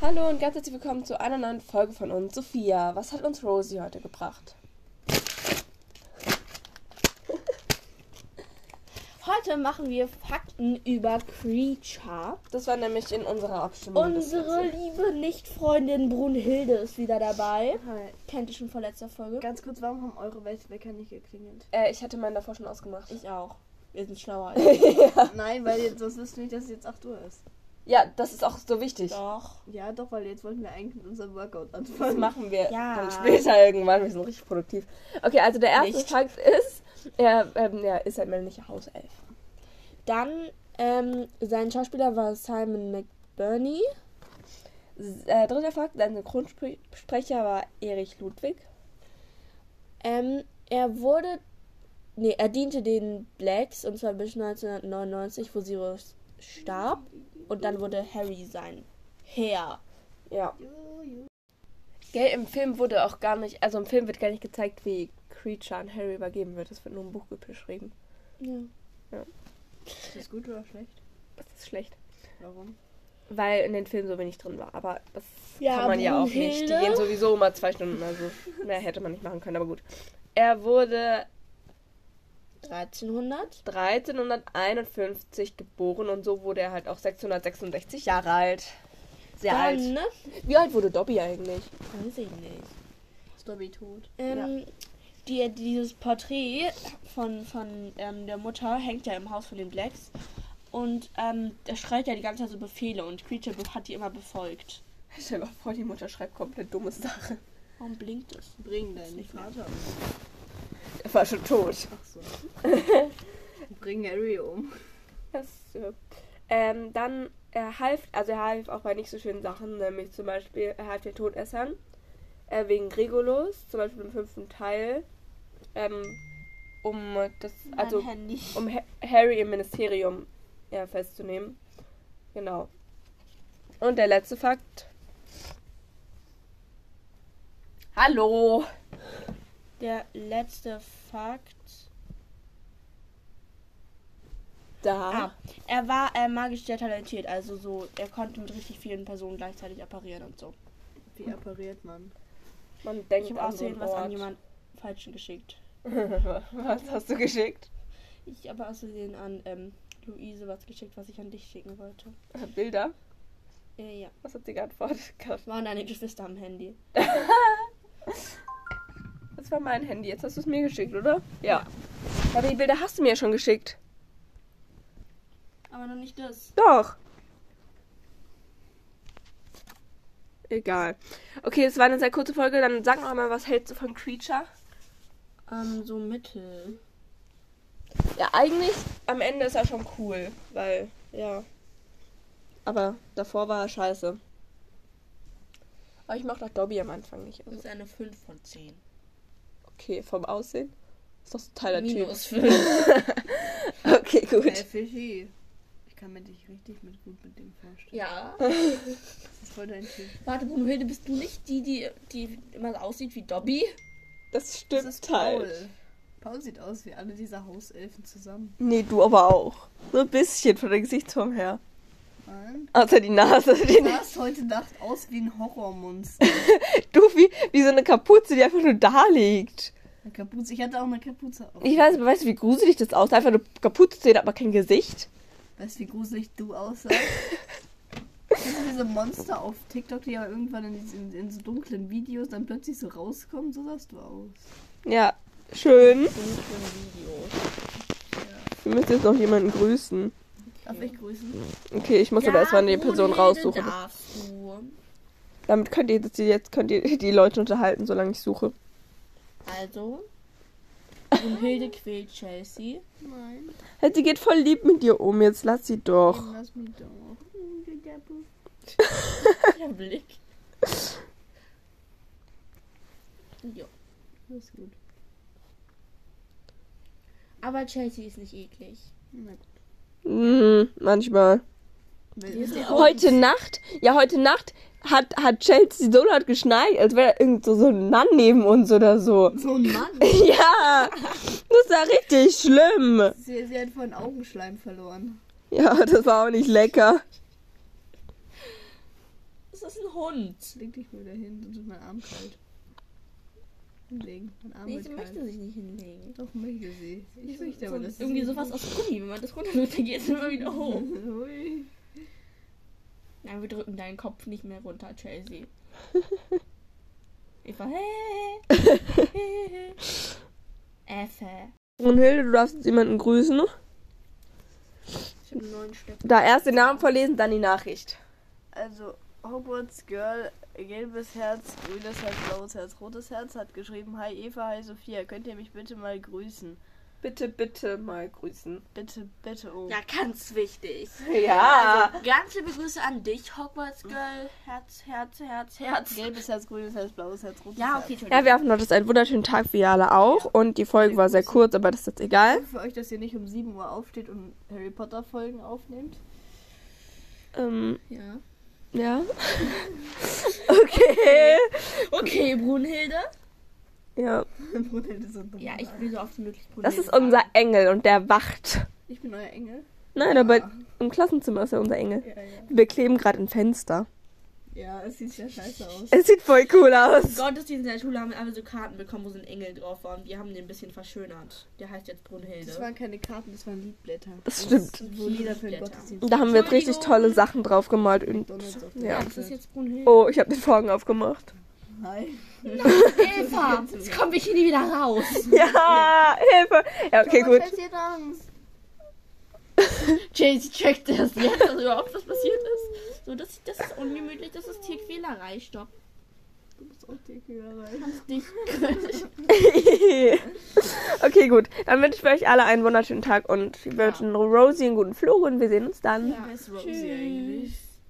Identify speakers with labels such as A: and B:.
A: Hallo und ganz herzlich willkommen zu einer neuen Folge von uns. Sophia, was hat uns Rosie heute gebracht?
B: Heute machen wir Fakten über Creature.
A: Das war nämlich in unserer Abstimmung. Oh, das
B: Unsere
A: Ganze.
B: liebe Nicht-Freundin Brunhilde ist wieder dabei.
C: Hi.
B: Kennt ihr schon von letzter Folge?
C: Ganz kurz, warum haben eure Wecker nicht geklingelt?
A: Äh, ich hatte meinen davor schon ausgemacht.
B: Ich auch. Wir sind schlauer.
C: Nein, weil jetzt, sonst wüssten wir nicht, dass es jetzt 8 Uhr ist.
A: ja, das ist auch so wichtig.
B: Doch.
C: Ja, doch, weil jetzt wollten wir eigentlich mit unserem Workout
A: Das
C: anfangen.
A: machen wir
B: Ja.
A: dann später irgendwann. Wir sind richtig produktiv. Okay, also der erste
B: Nicht.
A: Fakt ist, er ähm, ja, ist ein männlicher Hauself.
B: Dann, ähm, sein Schauspieler war Simon McBurney.
A: S- Äh, dritter Fakt, sein Synchronsprecher war Erich Ludwig.
B: Ähm, er wurde. Nee, er diente den Blacks und zwar bis 1999, wo Sirius starb. Und dann wurde Harry sein Herr.
A: Ja. Gell, im Film wurde auch gar nicht, also im Film wird gar nicht gezeigt, wie Creature an Harry übergeben wird. Das wird nur im Buch geschrieben.
B: Ja.
C: Ist das gut oder schlecht?
A: Das ist schlecht.
C: Warum?
A: Weil in den Filmen so wenig drin war. Aber das
B: Ja,
A: kann man ja auch
B: Brunhilde.
A: nicht. Die gehen sowieso immer zwei Stunden. Also mehr hätte man nicht machen können, aber gut. Er wurde
B: 1300.
A: 1351 geboren und so wurde er halt auch 666 Jahre alt. Sehr
B: Dann,
A: alt.
B: ne?
A: Wie alt wurde Dobby eigentlich?
B: Weiß ich nicht.
C: Ist Dobby tot?
B: Ähm, die, dieses Porträt von, von ähm, der Mutter hängt ja im Haus von den Blacks. Und ähm, er schreit ja die ganze Zeit so Befehle und Creature be- hat die immer befolgt.
A: Stell dir mal vor, die Mutter schreibt komplett dumme Sachen.
B: Warum blinkt es?
C: Bring deinen Vater um.
A: Er war schon tot.
C: Ach so. Bring Harry um.
A: Das, ja. ähm, dann, er half, also er half auch bei nicht so schönen Sachen, nämlich zum Beispiel, er half den Todessern, äh, wegen Regulus, zum Beispiel im fünften Teil, ähm, um das, also
B: mein Handy.
A: um ha Harry im Ministerium ja, festzunehmen. Genau. Und der letzte Fakt. Hallo!
B: Der letzte Fakt. Ah,
A: Da.
B: er war äh, magisch sehr talentiert, also so, er konnte mit richtig vielen Personen gleichzeitig apparieren und so.
C: Wie appariert man?
A: Man
B: Ich
A: denkt
B: habe
A: an so
B: außerdem
A: einen
B: was an
A: Ort.
B: jemand Falschen geschickt.
A: was hast du geschickt?
B: Ich habe außerdem an ähm, Luise was geschickt, was ich an dich schicken wollte.
A: Bilder?
B: Äh, ja.
A: Was hat sie geantwortet? gehabt?
B: Waren deine Geschwister am Handy?
A: Das war mein Handy. Jetzt hast du es mir geschickt, oder? Ja. Aber die Bilder hast du mir ja schon geschickt.
B: Aber noch nicht das.
A: Doch. Egal. Okay, es war eine sehr kurze Folge. Dann sag noch einmal, was hältst du von Creature?
B: Ähm, so mittel.
A: Ja, eigentlich am Ende ist er schon cool, weil, ja. Aber davor war er scheiße. Aber ich mochte auch Dobby am Anfang nicht.
B: Das
A: Also,
B: ist eine 5 von 10.
A: okay, vom Aussehen. Ist doch total der Typ.
B: Minus 5.
A: Okay,
C: Hey,
A: gut.
C: Fischi. Ich kann mir dich richtig mit, gut mit dem vorstellen.
B: ja.
C: Das ist voll dein Typ.
B: Warte, Brunhilde, bist du nicht die, die, die immer so aussieht wie Dobby?
A: Das
C: Das
A: stimmt
C: ist
A: halt.
C: Paul. Paul sieht aus wie alle dieser Hauselfen zusammen.
A: Nee, du aber auch. So ein bisschen von der Gesichtsform her.
C: Mann.
A: Außer die Nase.
C: Du
A: Die
C: sahst heute Nacht aus wie ein Horrormonster.
A: du wie, wie so eine Kapuze, die einfach nur da liegt.
C: Eine Kapuze. Ich hatte auch eine Kapuze auf.
A: Ich weiß, weißt du, wie gruselig das aussieht? Einfach eine Kapuze sehen, aber kein Gesicht.
C: Weißt du, wie gruselig du aussahst? Kennst du diese Monster auf TikTok, die ja irgendwann in, diesen, in so dunklen Videos dann plötzlich so rauskommen? So sahst du aus.
A: Ja, schön.
B: Video.
A: Wir müssen jetzt noch jemanden grüßen.
C: Darf ich grüßen?
A: Okay, ich muss aber erstmal die Person raussuchen.
B: Darfst du.
A: Damit könnt ihr jetzt, jetzt könnt ihr die Leute unterhalten, solange ich suche.
B: Also. Brunhilde quält Chelsea.
C: Nein.
A: Hey, sie geht voll lieb mit dir um, jetzt lass sie doch.
C: Eben, Lass mich doch. Du Deppe.
B: Der Blick. Jo.
C: Das ist gut.
B: Aber Chelsea ist nicht eklig.
C: Na gut.
A: Mhm, manchmal.
C: Weil-
A: Heute Nacht, ja, heute Nacht hat, hat Chelsea so laut geschneit, als wäre irgend so, so ein Mann neben uns oder so.
C: So ein Mann.
A: Ja, das war richtig schlimm.
C: Sie, sie hat vorhin Augenschleim verloren.
A: Ja, das war auch nicht lecker.
B: Das es ist ein Hund.
C: Leg dich mal wieder hin, sonst ist mein Arm kalt. Hinlegen. Mein Arm
B: Nee,
C: wird
B: sie
C: kalt.
B: möchte sich nicht hinlegen.
C: Doch, möchte sie. Ich möchte aber,
B: so,
C: dass
B: Irgendwie sowas aus Gummi. Wenn man das runterdrückt, dann geht es immer wieder hoch.
C: Hui.
B: Nein, wir drücken deinen Kopf nicht mehr runter, Chelsea. Eva, hey, hey, hey. Effe.
A: Und Hilde, du darfst jetzt jemanden grüßen.
B: Ich habe einen neuen Stift.
A: Da erst den Namen vorlesen, dann die Nachricht.
C: Also, Hogwarts Girl, gelbes Herz, grünes Herz, blaues Herz, rotes Herz, hat geschrieben, Hi Eva, hi Sophia, könnt ihr mich bitte mal grüßen?
A: Bitte, bitte mal grüßen.
C: Bitte, bitte, oh.
B: Ja, ganz wichtig.
A: Ja.
B: Also, ganz liebe Grüße an dich, Hogwarts Girl. Herz, Herz, Herz, Herz.
C: Gelbes Herz, grünes Herz, blaues Herz, rotes
B: Ja,
C: Herz.
B: okay, Entschuldigung.
A: Ja, wir hoffen, du hattest einen wunderschönen Tag, wie ihr alle auch. Und die Folge war sehr kurz, aber das ist jetzt egal.
C: Gut für euch, dass ihr nicht um 7 Uhr aufsteht und Harry Potter Folgen aufnehmt.
A: Ähm,
B: Ja.
A: ja. Okay.
B: Okay, Brunhilde.
A: Ja,
B: Ja, ich will so oft wie möglich Brunhilde.
A: das ist unser Engel und der wacht.
C: Ich bin euer Engel.
A: Nein, aber im Klassenzimmer ist er unser Engel.
C: Ja, ja.
A: Wir kleben gerade ein Fenster.
C: Ja, es sieht ja scheiße aus.
A: Es sieht voll cool
B: Im
A: aus.
B: Gottesdienst in der Schule haben wir alle so Karten bekommen, wo so ein Engel drauf war und wir haben den ein bisschen verschönert. Der heißt jetzt
C: Das
B: Brunhilde.
C: waren keine Karten, das waren Liedblätter.
A: Das stimmt.
C: Wo Lieder für den Gottesdienst.
A: Da haben wir jetzt richtig tolle Sachen drauf gemalt und
C: Donalds auf der
A: ja.
B: Das ist jetzt Brunhilde.
A: Oh, ich habe den Vorhang aufgemacht.
C: Hi.
B: Eva, jetzt kommen wir hier nie wieder raus.
A: Ja, Hilfe. Ja, okay, gut.
C: Scheiß dir Angst.
B: Chase checkt das jetzt, dass überhaupt was passiert ist. So, das, das ist ungemütlich, das ist Tierquälerei. Stopp.
C: Du bist auch die Kühlerei.
B: Dich.
A: okay, gut. Dann wünschen wir euch alle einen wunderschönen Tag und wir wünschen Rosie einen guten Flug und wir sehen uns dann.
C: Wer ist Rosie eigentlich?